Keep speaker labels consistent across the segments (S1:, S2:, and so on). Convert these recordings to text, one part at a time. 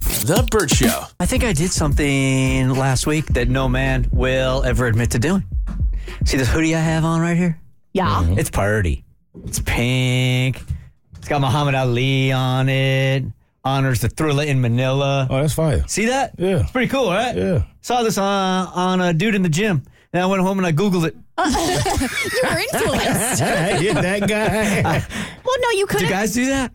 S1: The Bird Show.
S2: I think I did something last week that no man will ever admit to doing. See this hoodie I have on right here?
S3: Yeah.
S4: Mm-hmm.
S2: It's party. It's pink. It's got Muhammad Ali on it. Honors the Thriller in Manila.
S4: Oh, that's fire.
S2: See that?
S4: Yeah.
S2: It's pretty cool, right?
S4: Yeah.
S2: Saw this on, on a dude in the gym. Then I went home and I Googled it.
S3: You're influenced.
S4: Get that guy.
S3: well, no, you
S2: Do
S3: couldn't.
S2: guys do that?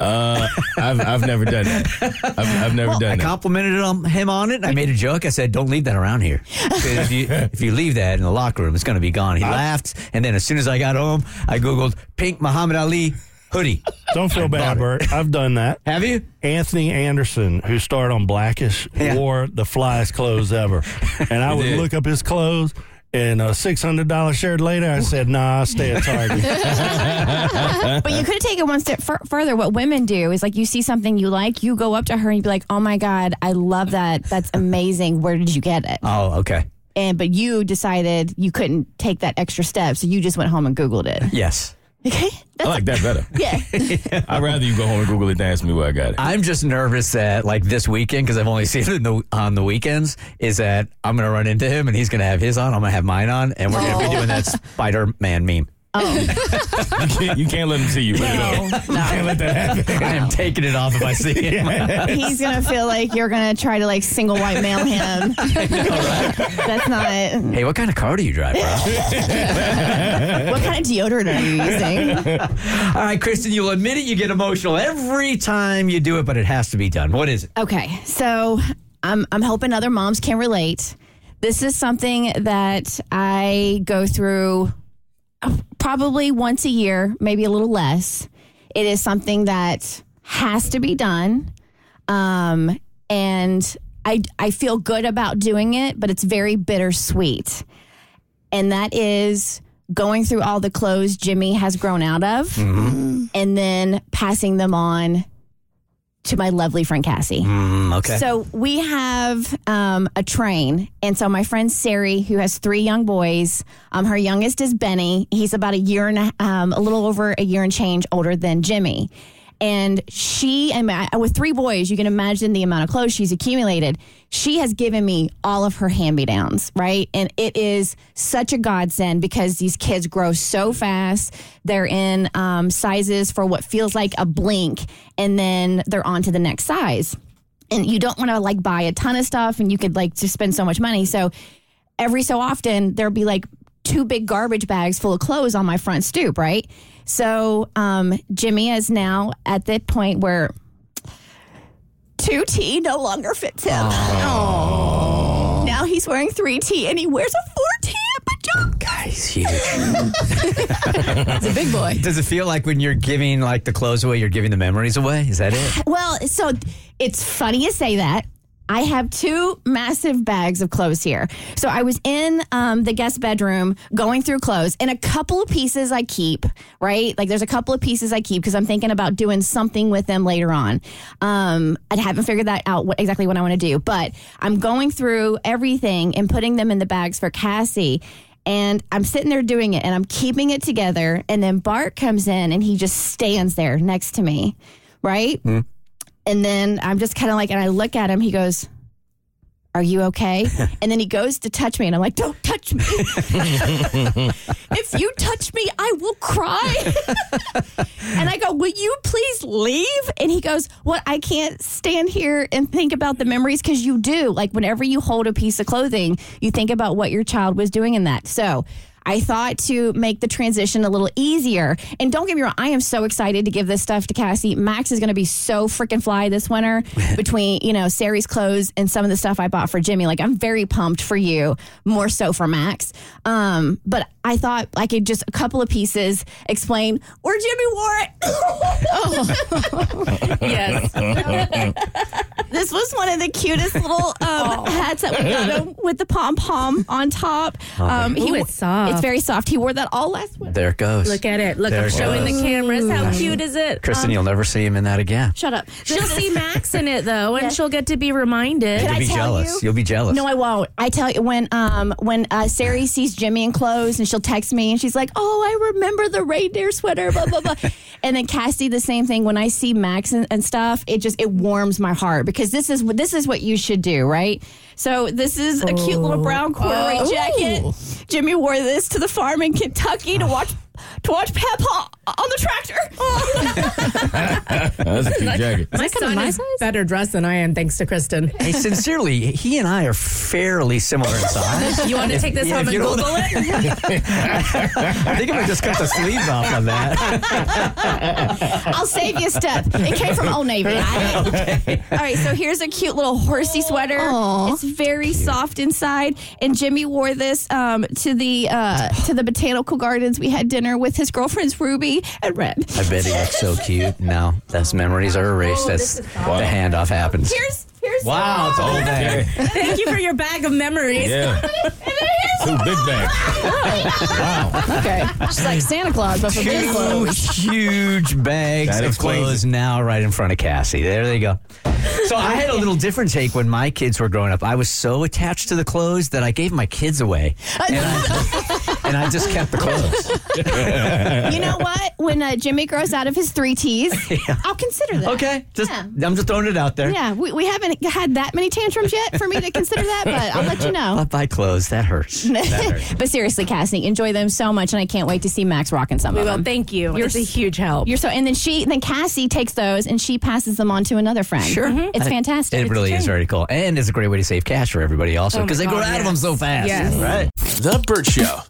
S4: Uh, I've I've never done that. I've, I've never
S2: I
S4: done that.
S2: complimented him, him on it. and I made a joke. I said, "Don't leave that around here. 'Cause If you, if you leave that in the locker room, it's going to be gone." He laughed, and then as soon as I got home, I googled "pink Muhammad Ali hoodie."
S5: Don't feel bad, Bert. I've done that.
S2: Have you?
S5: Anthony Anderson, who starred on Blackish,
S2: Yeah.
S5: wore the flyest clothes ever. And I would
S4: did.
S5: look up his clothes, and a $600 shirt later, I said, nah, I stay at Target.
S3: But you could have taken one step fur- further. What women do is like you see something you like, you go up to her and you'd be like, "Oh my god, I love that. That's amazing. Where did you get it?"
S2: Oh, okay.
S3: And but you decided you couldn't take that extra step, so you just went home and googled it.
S2: Yes.
S3: Okay,
S4: I
S3: that's
S4: like that better.
S3: yeah.
S4: I'd rather you go home and Google it than ask me where I got it.
S2: I'm just nervous that like this weekend because I've only seen it in the, on the weekends is that I'm going to run into him and he's going to have his on. I'm going to have mine on, and we're going to be
S3: Oh.
S2: doing that Spider-Man meme.
S4: You can't, you can't let him see you. Put it up.
S3: No, no.
S4: Let that happen.
S2: I am taking it off if I see him.
S3: He's gonna feel like you're gonna try to like single white male him. That's not.
S2: Hey, what kind of car do you drive, bro?
S3: What kind of deodorant are you using?
S2: All right, Kristen, you'll admit it. You get emotional every time you do it, but it has to be done. What is it?
S3: Okay, so I'm I'm hoping other moms can relate. This is something that I go through uh, probably once a year, maybe a little less. It is something that has to be done. Um, and I, I feel good about doing it, but it's very bittersweet. And that is going through all the clothes Jimmy has grown out of and then passing them on to my lovely friend Cassie.
S2: okay.
S3: So we have um, a train, and so my friend Sari, who has three young boys, um, her youngest is Benny. He's about a year and a, um, a little over a year and change older than Jimmy. And she, and I- with three boys, you can imagine the amount of clothes she's accumulated. She has given me all of her hand me downs, right? And it is such a godsend because these kids grow so fast. They're in um, sizes for what feels like a blink, and then they're on to the next size and you don't want to like buy a ton of stuff and you could like just spend so much money. So every so often there'll be like two big garbage bags full of clothes on my front stoop, right? So um, Jimmy is now at the point where 2T no longer fits him. Oh. Now he's wearing 3T and he wears a 4T pajama.
S2: He's huge.
S3: It's a big boy.
S2: Does it feel like when you're giving like the clothes away, you're giving the memories away? Is that it?
S3: Well, so it's funny you say that. I have two massive bags of clothes here. So I was in um, the guest bedroom going through clothes, and a couple of pieces I keep, right? Like there's a couple of pieces I keep because I'm thinking about doing something with them later on. Um, I haven't figured that out what, exactly what I want to do, but I'm going through everything and putting them in the bags for Cassie. And I'm sitting there doing it and I'm keeping it together. And then Bart comes in and he just stands there next to me, right? And then I'm just kind of like, and I look at him. He goes, "Are you okay?" and then he goes to touch me, and I'm like, "Don't touch me! if you touch me, I will cry." and I go, "Will you please leave?" And he goes, "Well, I can't stand here and think about the memories because you do. Like whenever you hold a piece of clothing, you think about what your child was doing in that." So. I thought to make the transition a little easier. And don't get me wrong, I am so excited to give this stuff to Cassie. Max is going to be so freaking fly this winter between, you know, Sari's clothes and some of the stuff I bought for Jimmy. Like, I'm very pumped for you, more so for Max. Um, but I thought I could just a couple of pieces explain where Jimmy wore it. Oh. yes. this was one of the cutest little
S6: Oh.
S3: um, hats that we got him with the pom pom on top. Um, he
S6: Oh, Ooh,
S3: wo-
S6: it's soft.
S3: It's very soft. He wore that all last winter.
S2: There it goes.
S1: Look at it. Look,
S2: There
S1: I'm
S2: it
S1: showing
S2: goes.
S1: the cameras. How cute is it?
S3: um,
S2: Kristen, you'll never see him in that again.
S3: Shut up.
S1: She'll see Max in it though, and she'll get to be reminded.
S3: Can
S2: You'll
S3: I
S2: be
S3: tell
S2: jealous.
S3: you?
S2: will be jealous.
S3: No, I won't. I tell you when um when uh, Sari sees Jimmy in clothes and she'll text me and she's like, "Oh, I remember the reindeer sweater." Blah blah blah. and then Cassie the same thing. When I see Max and, and stuff, it just it warms my heart because this is what this is what you should do, right? So this is a cute little brown corduroy
S1: Oh.
S3: jacket. Jimmy wore this to the farm in Kentucky
S1: Oh.
S3: to watch to watch Peppa on the
S1: Oh.
S3: tractor.
S4: That's a cute jacket.
S1: My son is better dressed than I am, thanks to Kristen.
S2: Hey, sincerely, he and I are fairly similar in size.
S1: You want to take this
S2: Yeah,
S1: home
S2: if
S1: and
S2: you don't-
S1: Google it?
S2: I think I'm gonna just cut the sleeves off on that.
S3: I'll save you a step. It came from Old Navy. All right, so here's a cute little horsey sweater. It's very soft inside, and Jimmy wore this um, to the uh, to the botanical gardens. We had dinner with his girlfriends Ruby and Red.
S2: I bet he looks so cute. No, those memories are
S3: Oh,
S2: erased. That's the
S4: Wow.
S2: handoff happens.
S3: Here's here's
S2: Wow, it's old day.
S1: Thank you for your bag of memories.
S4: Yeah. Two big bags.
S3: okay. She's like Santa Claus, but for big
S2: Two
S3: clothes.
S2: huge bags
S4: That
S2: of
S4: explains
S2: clothes now right in front of Cassie. There they go. So I had a little different take when my kids were growing up. I was so attached to the clothes that I gave my kids away. And I, and I just kept the clothes.
S3: You know what? When uh, Jimmy grows out of his three T's, I'll consider that.
S2: Okay. Just
S3: Yeah.
S2: I'm just throwing it out there.
S3: Yeah, we, we haven't had that many tantrums yet for me to consider that, but I'll let you know.
S2: But by clothes, that hurts. That hurts.
S3: But seriously, Cassie, enjoy them so much, and I can't wait to see Max rocking some
S1: We
S3: of
S1: will.
S3: them.
S1: Thank you.
S3: You're
S1: it's a
S3: s-
S1: huge help.
S3: You're so, and then she, then Cassie takes those and she passes them on to another friend. Mm-hmm.
S2: Sure.
S3: it's fantastic.
S2: It really is
S3: It's
S2: very cool. And it's a great way to save cash for everybody also
S1: my
S2: because they grow
S1: God,
S2: out of them
S1: yes.
S2: so fast.
S1: Yes.
S2: Right?
S6: The Burt Show.